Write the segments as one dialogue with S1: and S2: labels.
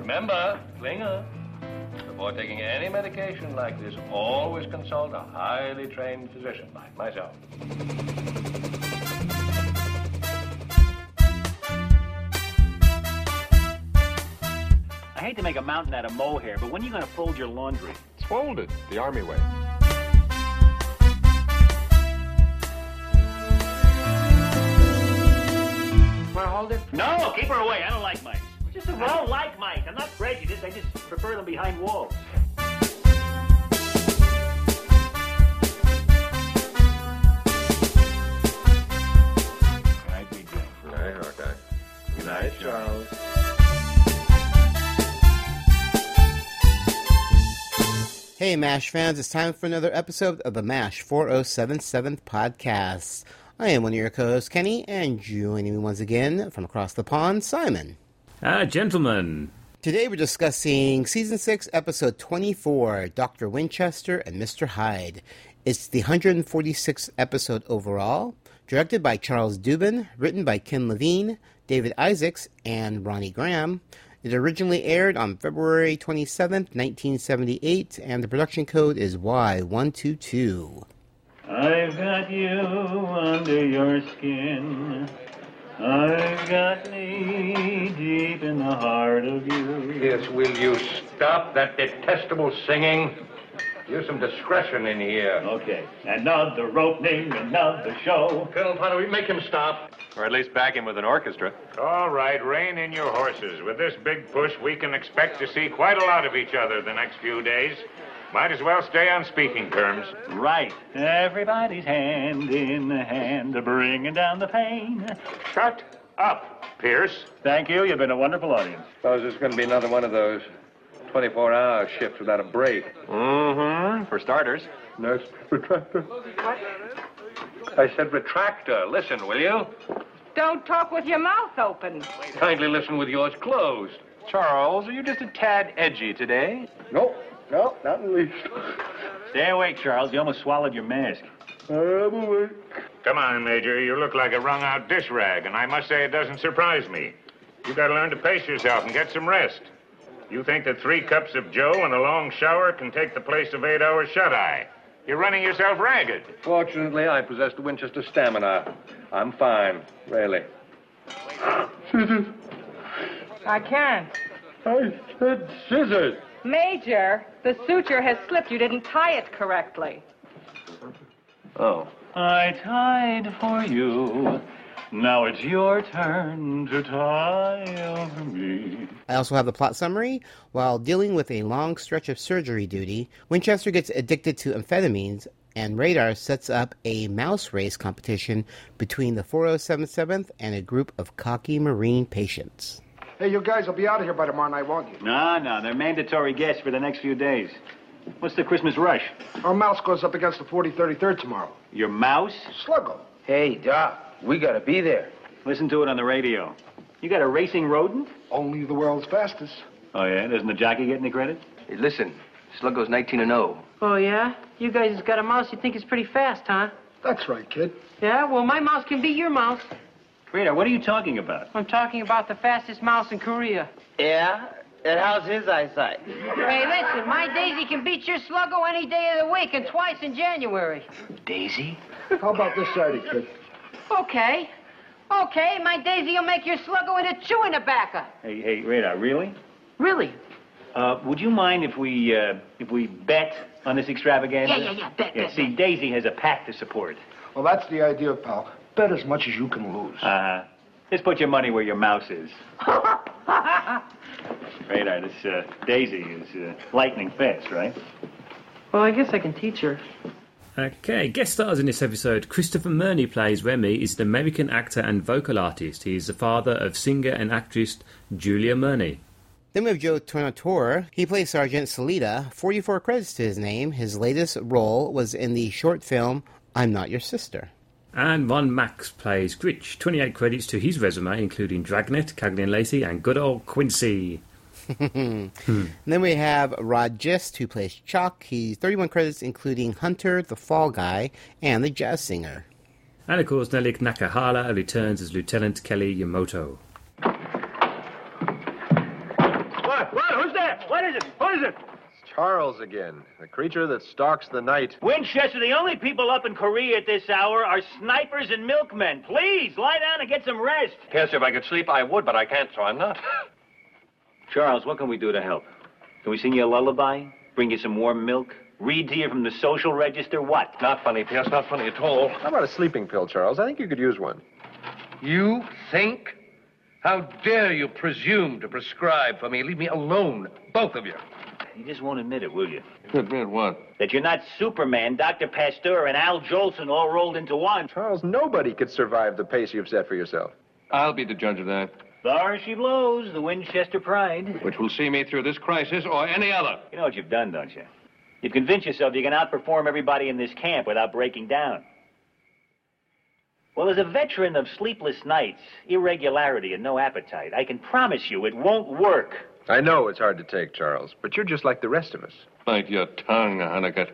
S1: Remember, Klinger, before taking any medication like this, always consult a highly trained physician like myself.
S2: I hate to make a mountain out of mohair, but when are you going to fold your laundry?
S3: It's folded the army way.
S4: Want to hold it?
S2: No, keep her away. I don't like mice. Just I don't like mice. I'm not prejudiced. I just prefer them behind walls.
S4: I'd be good.
S3: Okay, okay.
S4: Good night, Charles.
S5: Hey, MASH fans, it's time for another episode of the MASH 4077 podcast. I am one of your co hosts, Kenny, and joining me once again from across the pond, Simon.
S6: Ah, gentlemen.
S5: Today we're discussing Season 6, Episode 24 Dr. Winchester and Mr. Hyde. It's the 146th episode overall, directed by Charles Dubin, written by Ken Levine, David Isaacs, and Ronnie Graham. It originally aired on February 27th, 1978, and the production code is Y122.
S4: I've got you under your skin. I've got me deep in the heart of you.
S1: Yes, will you stop that detestable singing? Use some discretion in here.
S4: Okay, another opening, another show.
S1: Colonel Potter, we make him stop.
S3: Or at least back him with an orchestra.
S7: All right, rein in your horses. With this big push, we can expect to see quite a lot of each other the next few days. Might as well stay on speaking terms.
S2: Right.
S4: Everybody's hand in hand, bringing down the pain.
S7: Shut up, Pierce.
S4: Thank you. You've been a wonderful audience.
S1: Suppose it's going to be another one of those 24 hour shifts without a break.
S3: Mm-hmm. For starters.
S1: Nurse retractor. I said retractor. Listen, will you?
S8: Don't talk with your mouth open.
S1: Kindly listen with yours closed.
S3: Charles, are you just a tad edgy today?
S1: No, no, not in least.
S2: Stay awake, Charles. You almost swallowed your mask.
S7: Come on, Major. You look like a wrung out dish rag, and I must say it doesn't surprise me. You gotta learn to pace yourself and get some rest. You think that three cups of Joe and a long shower can take the place of eight hours shut eye? You're running yourself ragged.
S1: Fortunately, I possess the Winchester stamina. I'm fine, really.
S8: I can't.
S1: I said scissors.
S8: Major, the suture has slipped. You didn't tie it correctly.
S1: Oh.
S4: I tied for you. Now it's your turn to tie over me.
S5: I also have the plot summary. While dealing with a long stretch of surgery duty, Winchester gets addicted to amphetamines, and Radar sets up a mouse race competition between the 4077th and a group of cocky Marine patients.
S9: Hey, you guys will be out of here by tomorrow night, won't you?
S2: No, no, they're mandatory guests for the next few days. What's the Christmas rush?
S9: Our mouse goes up against the 4033rd tomorrow.
S2: Your mouse?
S9: Sluggo.
S10: Hey, Doc, we gotta be there.
S2: Listen to it on the radio. You got a racing rodent?
S9: Only the world's fastest.
S2: Oh, yeah? Doesn't the jockey get any credit?
S10: Hey, listen, Sluggo's 19 and 0.
S11: Oh, yeah? You guys has got a mouse you think is pretty fast, huh?
S9: That's right, kid.
S11: Yeah? Well, my mouse can beat your mouse.
S2: Radar, what are you talking about?
S11: I'm talking about the fastest mouse in Korea.
S10: Yeah? And how's his eyesight?
S11: Hey, listen, my Daisy can beat your Sluggo any day of the week and twice in January.
S10: Daisy?
S9: How about this Saturday, kid?
S11: Okay. Okay, my Daisy will make your Sluggo into chewing tobacco.
S2: Hey, hey, Radar, really?
S11: Really?
S2: Uh, would you mind if we uh, if we bet on this extravaganza?
S11: Yeah, yeah, yeah, bet,
S2: Yeah,
S11: bet,
S2: see, Daisy has a pack to support.
S9: Well, that's the idea, pal. Bet as much as you can lose.
S2: Uh, just put your money where your mouse is. Radar, this uh, Daisy is uh, lightning fast, right?
S11: Well, I guess I can teach her.
S6: Okay, guest stars in this episode. Christopher Murney plays Remy, is an American actor and vocal artist. He is the father of singer and actress Julia Murney.
S5: Then we have Joe Tornatore. He plays Sergeant Salida. 44 credits to his name. His latest role was in the short film I'm Not Your Sister.
S6: And Ron Max plays Gritch. 28 credits to his resume, including Dragnet, Cagney and Lacey, and good old Quincy.
S5: And then we have Rod Gist, who plays Chuck. He's 31 credits, including Hunter, The Fall Guy, and The Jazz Singer.
S6: And of course, Nelik Nakahala returns as Lieutenant Kelly Yamoto.
S1: What? What?
S12: Charles again, the creature that stalks the night.
S13: Winchester, the only people up in Korea at this hour are snipers and milkmen. Please, lie down and get some rest.
S1: Yes, if I could sleep, I would, but I can't, so I'm not.
S2: Charles, what can we do to help? Can we sing you a lullaby? Bring you some warm milk? Read to you from the social register? What?
S1: Not funny, Pierce. Not funny at all.
S12: How about a sleeping pill, Charles? I think you could use one.
S10: You think? How dare you presume to prescribe for me? Leave me alone, both of you.
S2: You just won't admit it, will you?
S10: Admit what?
S2: That you're not Superman, Dr. Pasteur, and Al Jolson all rolled into one.
S12: Charles, nobody could survive the pace you've set for yourself.
S14: I'll be the judge of that.
S2: Thar she blows, the Winchester pride.
S14: Which will see me through this crisis or any other.
S2: You know what you've done, don't you? You've convinced yourself you can outperform everybody in this camp without breaking down. Well, as a veteran of sleepless nights, irregularity, and no appetite, I can promise you it won't work.
S12: I know it's hard to take, Charles, but you're just like the rest of us.
S14: Bite your tongue, Hunnicutt.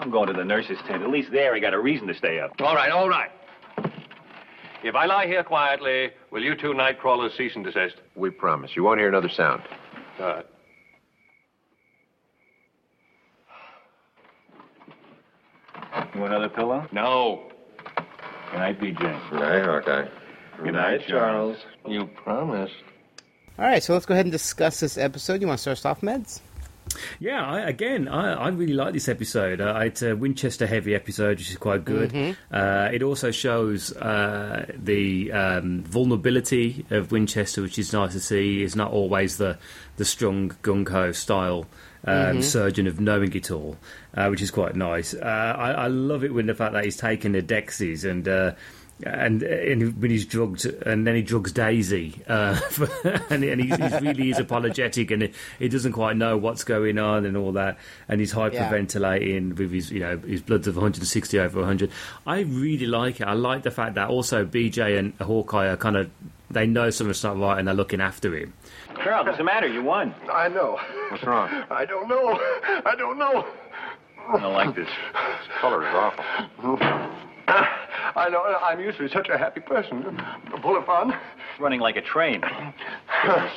S2: I'm going to the nurse's tent. At least there I got a reason to stay up.
S1: All right, all right. If I lie here quietly, will you two night crawlers cease and desist?
S12: We promise. You won't hear another sound.
S1: Uh,
S2: You want another pillow?
S14: No.
S2: Good night, BJ.
S14: Good night, Hawkeye.
S2: Good night, Charles.
S14: You promised.
S5: All right, so let's go ahead and discuss this episode. You want to start us off, Meds?
S6: Yeah, I, again, I, I really like this episode. Uh, it's a Winchester heavy episode, which is quite good.
S5: Mhm.
S6: Uh, it also shows uh, the um, vulnerability of Winchester, which is nice to see. It's not always the the strong gung ho style um,
S15: Mhm.
S6: surgeon of knowing it all, uh, which is quite nice. Uh, I, I love it when the fact that he's taken the Dexys and. Uh, and and when he's drugged, and then he drugs Daisy, uh, and, and he's, he's really is apologetic, and he, he doesn't quite know what's going on and all that, and he's hyperventilating with his you know his bloods of 160 over 100. I really like it. I like the fact that also BJ and Hawkeye are kind of they know something's not right and they're looking after him.
S2: Charles, doesn't matter. You won.
S9: I know.
S6: What's wrong?
S9: I don't know. I don't know.
S2: I don't like this.
S9: This
S14: color is awful.
S9: I know. I'm usually such a happy person. Bulifon.
S2: Running like a train.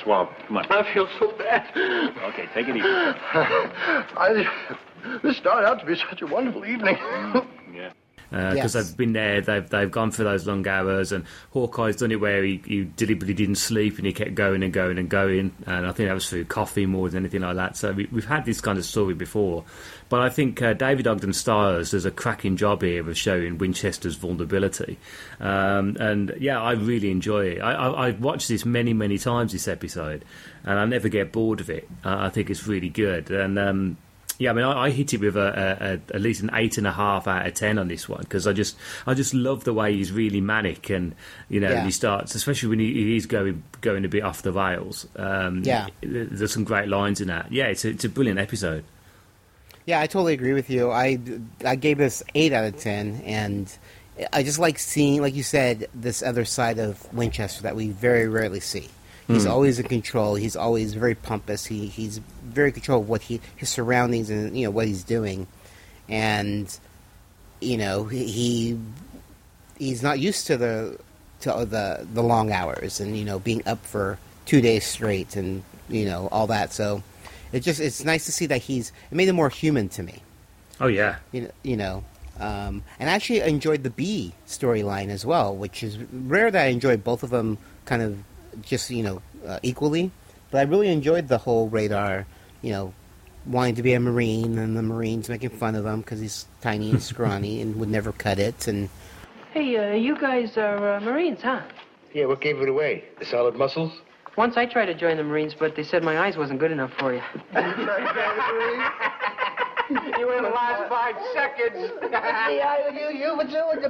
S12: Swamp.
S2: Come on.
S9: I feel so bad.
S2: Okay, take it easy.
S9: I, this started out to be such a wonderful evening.
S6: because
S9: Yes.
S6: Uh, they've been there, they've they've gone for those long hours, and Hawkeye's done it where he, he deliberately didn't sleep and he kept going and going and going, and I think that was through coffee more than anything like that. So we, we've had this kind of story before, but I think uh, David Ogden Stiles does a cracking job here of showing Winchester's vulnerability, um, and yeah, I really enjoy it. I, I, I've watched this many many times this episode, and I never get bored of it. Uh, I think it's really good, and. Um, yeah, I mean, I, I hit it with a, a, a, at least an eight and a half out of ten on this one because I just, I just love the way he's really manic and you know
S5: Yeah.
S6: he starts, especially when he, he's going going a bit off the rails. Um,
S5: Yeah.
S6: th- there's some great lines in that. Yeah, it's a, it's a brilliant episode.
S5: Yeah, I totally agree with you. I, I gave this 8 out of 10, and I just like seeing, like you said, this other side of Winchester that we very rarely see. He's
S3: Hmm.
S5: always in control. He's always very pompous. He, he's very control of what he his surroundings and you know what he's doing, and you know he- he he's not used to the to the the long hours and you know being up for two days straight and you know all that. So it just it's nice to see that he's it made him more human to me.
S6: Oh yeah,
S5: You know, you know. Um, and I actually enjoyed the B storyline as well, which is rare that I enjoyed both of them kind of just you know uh, equally. But I really enjoyed the whole radar, you know, wanting to be a marine and the marines making fun of him because he's tiny and scrawny and would never cut it. And
S16: Hey, uh, you guys are uh, Marines, huh?
S10: Yeah, what gave it away? The solid muscles?
S16: Once I tried to join the Marines, but they said my eyes wasn't good enough for you.
S10: you were the last five seconds.
S11: The
S10: eye of you, you were doing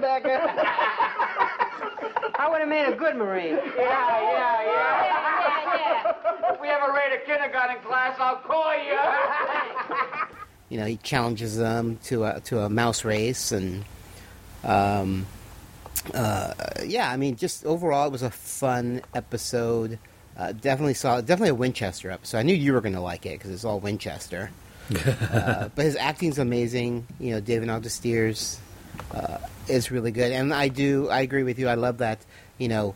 S16: I would have made a good Marine.
S10: Yeah, yeah, yeah.
S11: Yeah,
S10: If we ever raid a kindergarten class, I'll call you.
S5: you know, he challenges them to a to a mouse race, and um, uh, yeah, I mean, just overall, it was a fun episode. Uh, definitely saw definitely a Winchester episode. I knew you were going to like it because it's all Winchester. uh, but his acting's amazing. You know, David Aldesteers uh, is really good, and I do I agree with you. I love that. You know,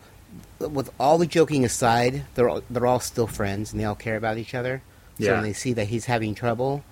S5: with all the joking aside, they're all, they're all still friends and they all care about each other. So
S6: Yeah.
S5: when they see that he's having trouble,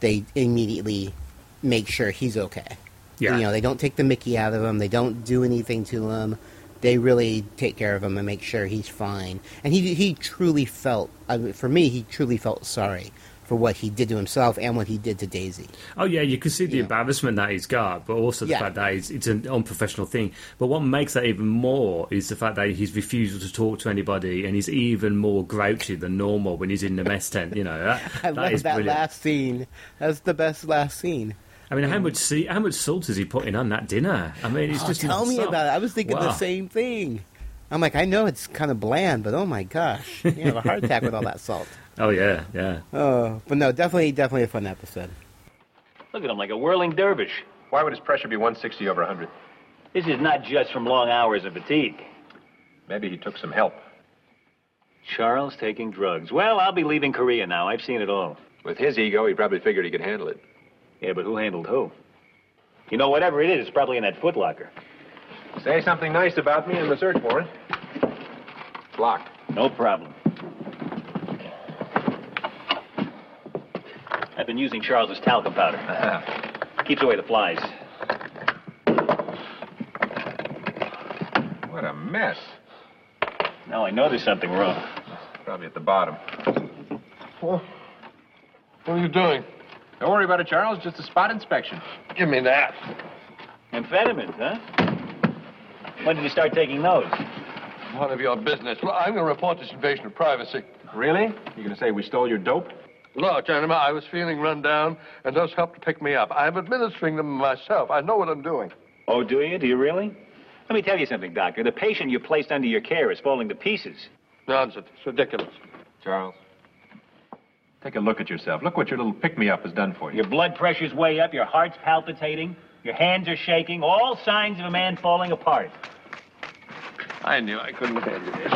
S5: they immediately make sure he's okay.
S6: Yeah.
S5: You know, they don't take the mickey out of him. They don't do anything to him. They really take care of him and make sure he's fine. And he he truly felt, I mean, for me, he truly felt sorry for what he did to himself and what he did to Daisy.
S6: Oh yeah, you can see the embarrassment that he's got, but also the
S5: Yeah.
S6: fact that it's, it's an unprofessional thing. But what makes that even more is the fact that his refusal to talk to anybody, and he's even more grouchy than normal when he's in the mess tent. You know, that,
S5: I
S6: that
S5: love
S6: is
S5: that
S6: brilliant.
S5: last scene. That's the best last scene.
S6: I mean, how much sea, how much salt is he putting on that dinner? I mean, it's
S5: Mm. Oh,
S6: just
S5: tell me
S6: nonstop.
S5: about it. I was thinking the
S6: Wow.
S5: same thing. I'm like, I know it's kind of bland, but oh my gosh, you have a heart attack with all that salt.
S6: Oh yeah, yeah.
S5: Oh, but no, definitely, definitely a fun episode.
S2: Look at him like a whirling dervish.
S12: Why would his pressure be 160 over 100?
S2: This is not just from long hours and fatigue.
S12: Maybe he took some help.
S2: Charles taking drugs. Well, I'll be leaving Korea now. I've seen it all.
S12: With his ego, he probably figured he could handle it.
S2: Yeah, but who handled who? You know, whatever it is, it's probably in that footlocker.
S12: Say something nice about me in the search warrant. Blocked.
S2: No problem. I've been using Charles's talcum powder.
S9: Uh-huh.
S2: Keeps away the flies.
S12: What a mess.
S2: Now I know there's something wrong.
S12: Probably at the bottom.
S10: What are you doing?
S12: Don't worry about it, Charles. Just a spot inspection.
S10: Give me that.
S2: Amphetamines, huh? When did you start taking those?
S10: None of your business. Well, I'm going to report this invasion of privacy.
S12: Really? You're going to say we stole your dope?
S10: Look, gentlemen, I was feeling run down, and those helped to pick me up. I'm administering them myself. I know what I'm doing.
S2: Oh, do you? Do you really? Let me tell you something, Doctor. The patient you placed under your care is falling to pieces.
S10: Nonsense. It's ridiculous.
S12: Charles, take a look at yourself. Look what your little pick me up has done for you.
S2: Your blood pressure's way up, your heart's palpitating, your hands are shaking, all signs of a man falling apart.
S10: I knew I couldn't handle this.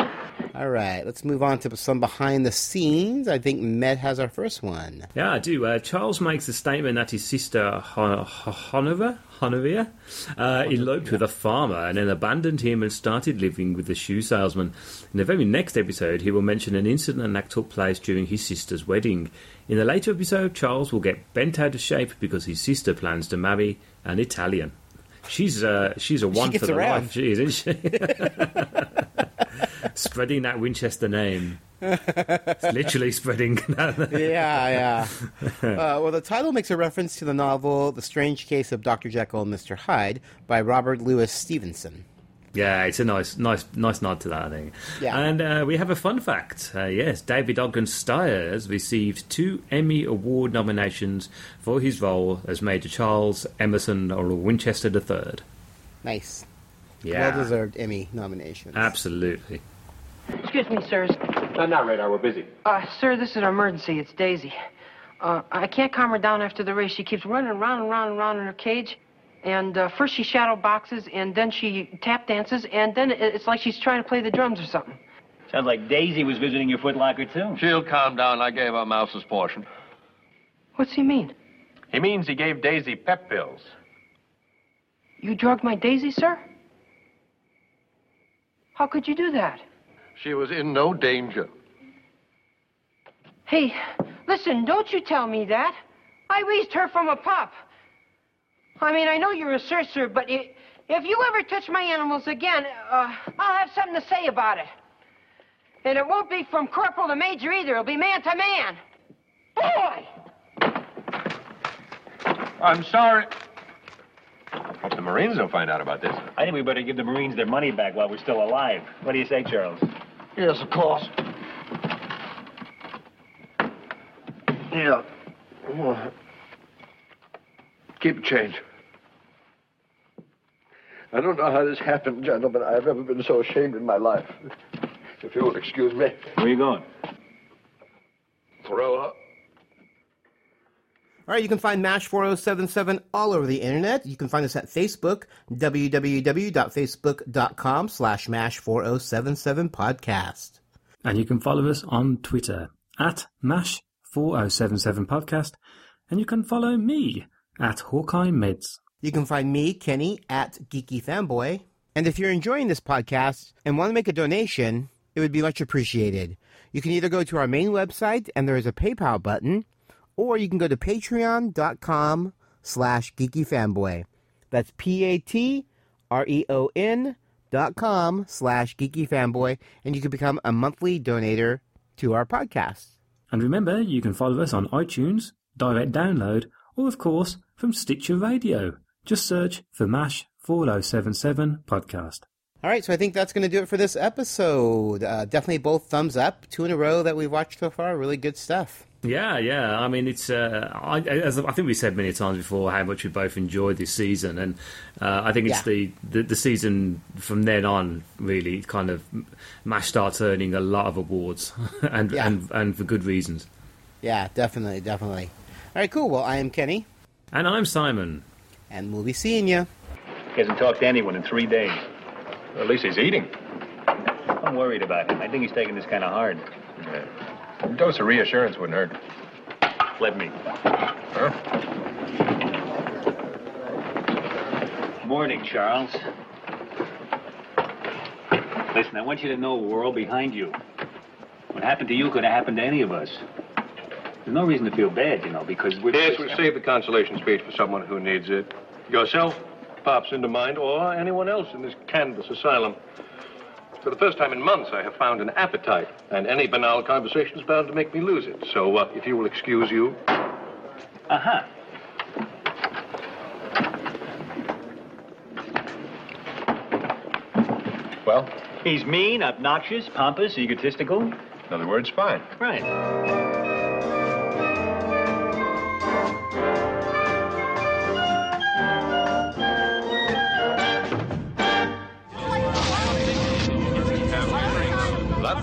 S5: All right, let's move on to some behind the scenes. I think Med has our first one.
S6: Yeah, I do. Uh, Charles makes the statement that his sister Hon- Hon- Honover, Honoria uh, eloped with a farmer and then abandoned him and started living with the shoe salesman. In the very next episode, he will mention an incident that took place during his sister's wedding. In the later episode, Charles will get bent out of shape because his sister plans to marry an Italian. She's uh, she's a
S5: She
S6: one
S5: gets
S6: for the
S5: around.
S6: life, she is, isn't she? spreading that Winchester name. It's literally spreading.
S5: yeah, yeah. Uh, well, the title makes a reference to the novel "The Strange Case of Dr. Jekyll and Mr. Hyde" by Robert Louis Stevenson.
S6: Yeah, it's a nice, nice, nice nod to that. I think.
S5: Yeah.
S6: And uh, we have a fun fact. Uh, yes, David Ogden Stiers received two Emmy Award nominations for his role as Major Charles Emerson or Winchester III.
S5: Nice,
S6: Yeah.
S5: well-deserved Emmy nomination.
S6: Absolutely.
S16: Excuse me, sirs.
S12: No, not radar. We're busy.
S16: Uh, sir, this is an emergency. It's Daisy. Uh, I can't calm her down after the race. She keeps running around and round and round in her cage. And uh, first she shadow boxes, and then she tap dances, and then it- it's like she's trying to play the drums or something.
S2: Sounds like Daisy was visiting your footlocker, too.
S10: She'll calm down. I gave her Mouse's portion.
S16: What's he mean?
S12: He means he gave Daisy pep pills.
S16: You drugged my Daisy, sir? How could you do that?
S10: She was in no danger.
S16: Hey, listen, don't you tell me that. I raised her from a pup. I mean, I know you're a searcher, but i if you ever touch my animals again, uh, I'll have something to say about it. And it won't be from corporal to major either. It'll be man to man. Boy!
S12: I'm sorry.
S2: Hope the Marines don't find out about this. I think we better give the Marines their money back while we're still alive. What do you say, Charles?
S10: Yes, of course. Yeah. Well, Keep the change. I don't know how this happened, gentlemen. I've never been so ashamed in my life. If you'll excuse me.
S2: Where are you going?
S10: Throw up.
S5: All right, you can find MASH 4077 all over the internet. You can find us at Facebook, www.facebook.com slash MASH 4077 podcast.
S15: And you can follow us on Twitter at MASH4077podcast. And you can follow me at Hawkeye Mids.
S5: You can find me, Kenny, at Geeky Fanboy. And if you're enjoying this podcast and want to make a donation, it would be much appreciated. You can either go to our main website and there is a PayPal button, or you can go to patreon.com slash geekyfanboy. That's P-A-T-R-E-O-N E dot com slash geekyfanboy, and you can become a monthly donator to our podcast.
S15: And remember, you can follow us on iTunes, direct download, or of course from Stitcher Radio. Just search for MASH 4077 podcast.
S5: All right, so I think that's going to do it for this episode. Uh, definitely both thumbs up, two in a row that we've watched so far. Really good stuff.
S6: Yeah, yeah. I mean, it's. Uh, I, as I think we said many times before how much we both enjoyed this season, and uh, I think it's
S5: Yeah.
S6: the, the the season from then on really kind of Mash starts earning a lot of awards, and
S5: Yeah.
S6: and and for good reasons.
S5: Yeah, definitely, definitely. All right, cool. Well, I am Kenny.
S6: And I'm Simon.
S5: And we'll be seeing you.
S2: He hasn't talked to anyone in three days. at least he's eating. I'm worried about him. I think he's taking this kind of hard.
S14: A dose of reassurance wouldn't hurt.
S2: Let me. Morning, Charles. Listen, I want you to know we're all behind you. What happened to you could have happened to any of us. There's no reason to feel bad, you know, because we're.
S1: Yes, we'll save the consolation speech for someone who needs it. Yourself pops into mind, or anyone else in this canvas asylum. For the first time in months, I have found an appetite, and any banal conversation is bound to make me lose it. So, uh, if you will excuse you.
S2: Uh huh. Well? He's mean, obnoxious, pompous, egotistical. In other words, fine. Right.
S3: That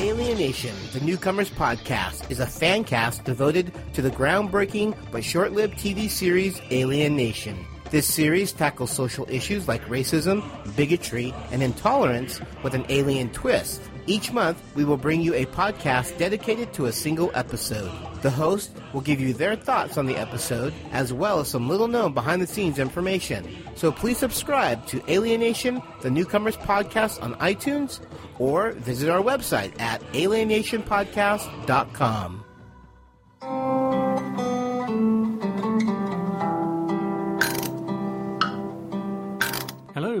S5: Alienation, the Newcomers Podcast, is a fan cast devoted to the groundbreaking but short lived TV series Alienation. This series tackles social issues like racism, bigotry, and intolerance with an alien twist. Each month, we will bring you a podcast dedicated to a single episode. The host will give you their thoughts on the episode, as well as some little known behind the scenes information. So please subscribe to Alienation, the Newcomers Podcast on iTunes, or visit our website at alienationpodcast.com.
S15: Hello,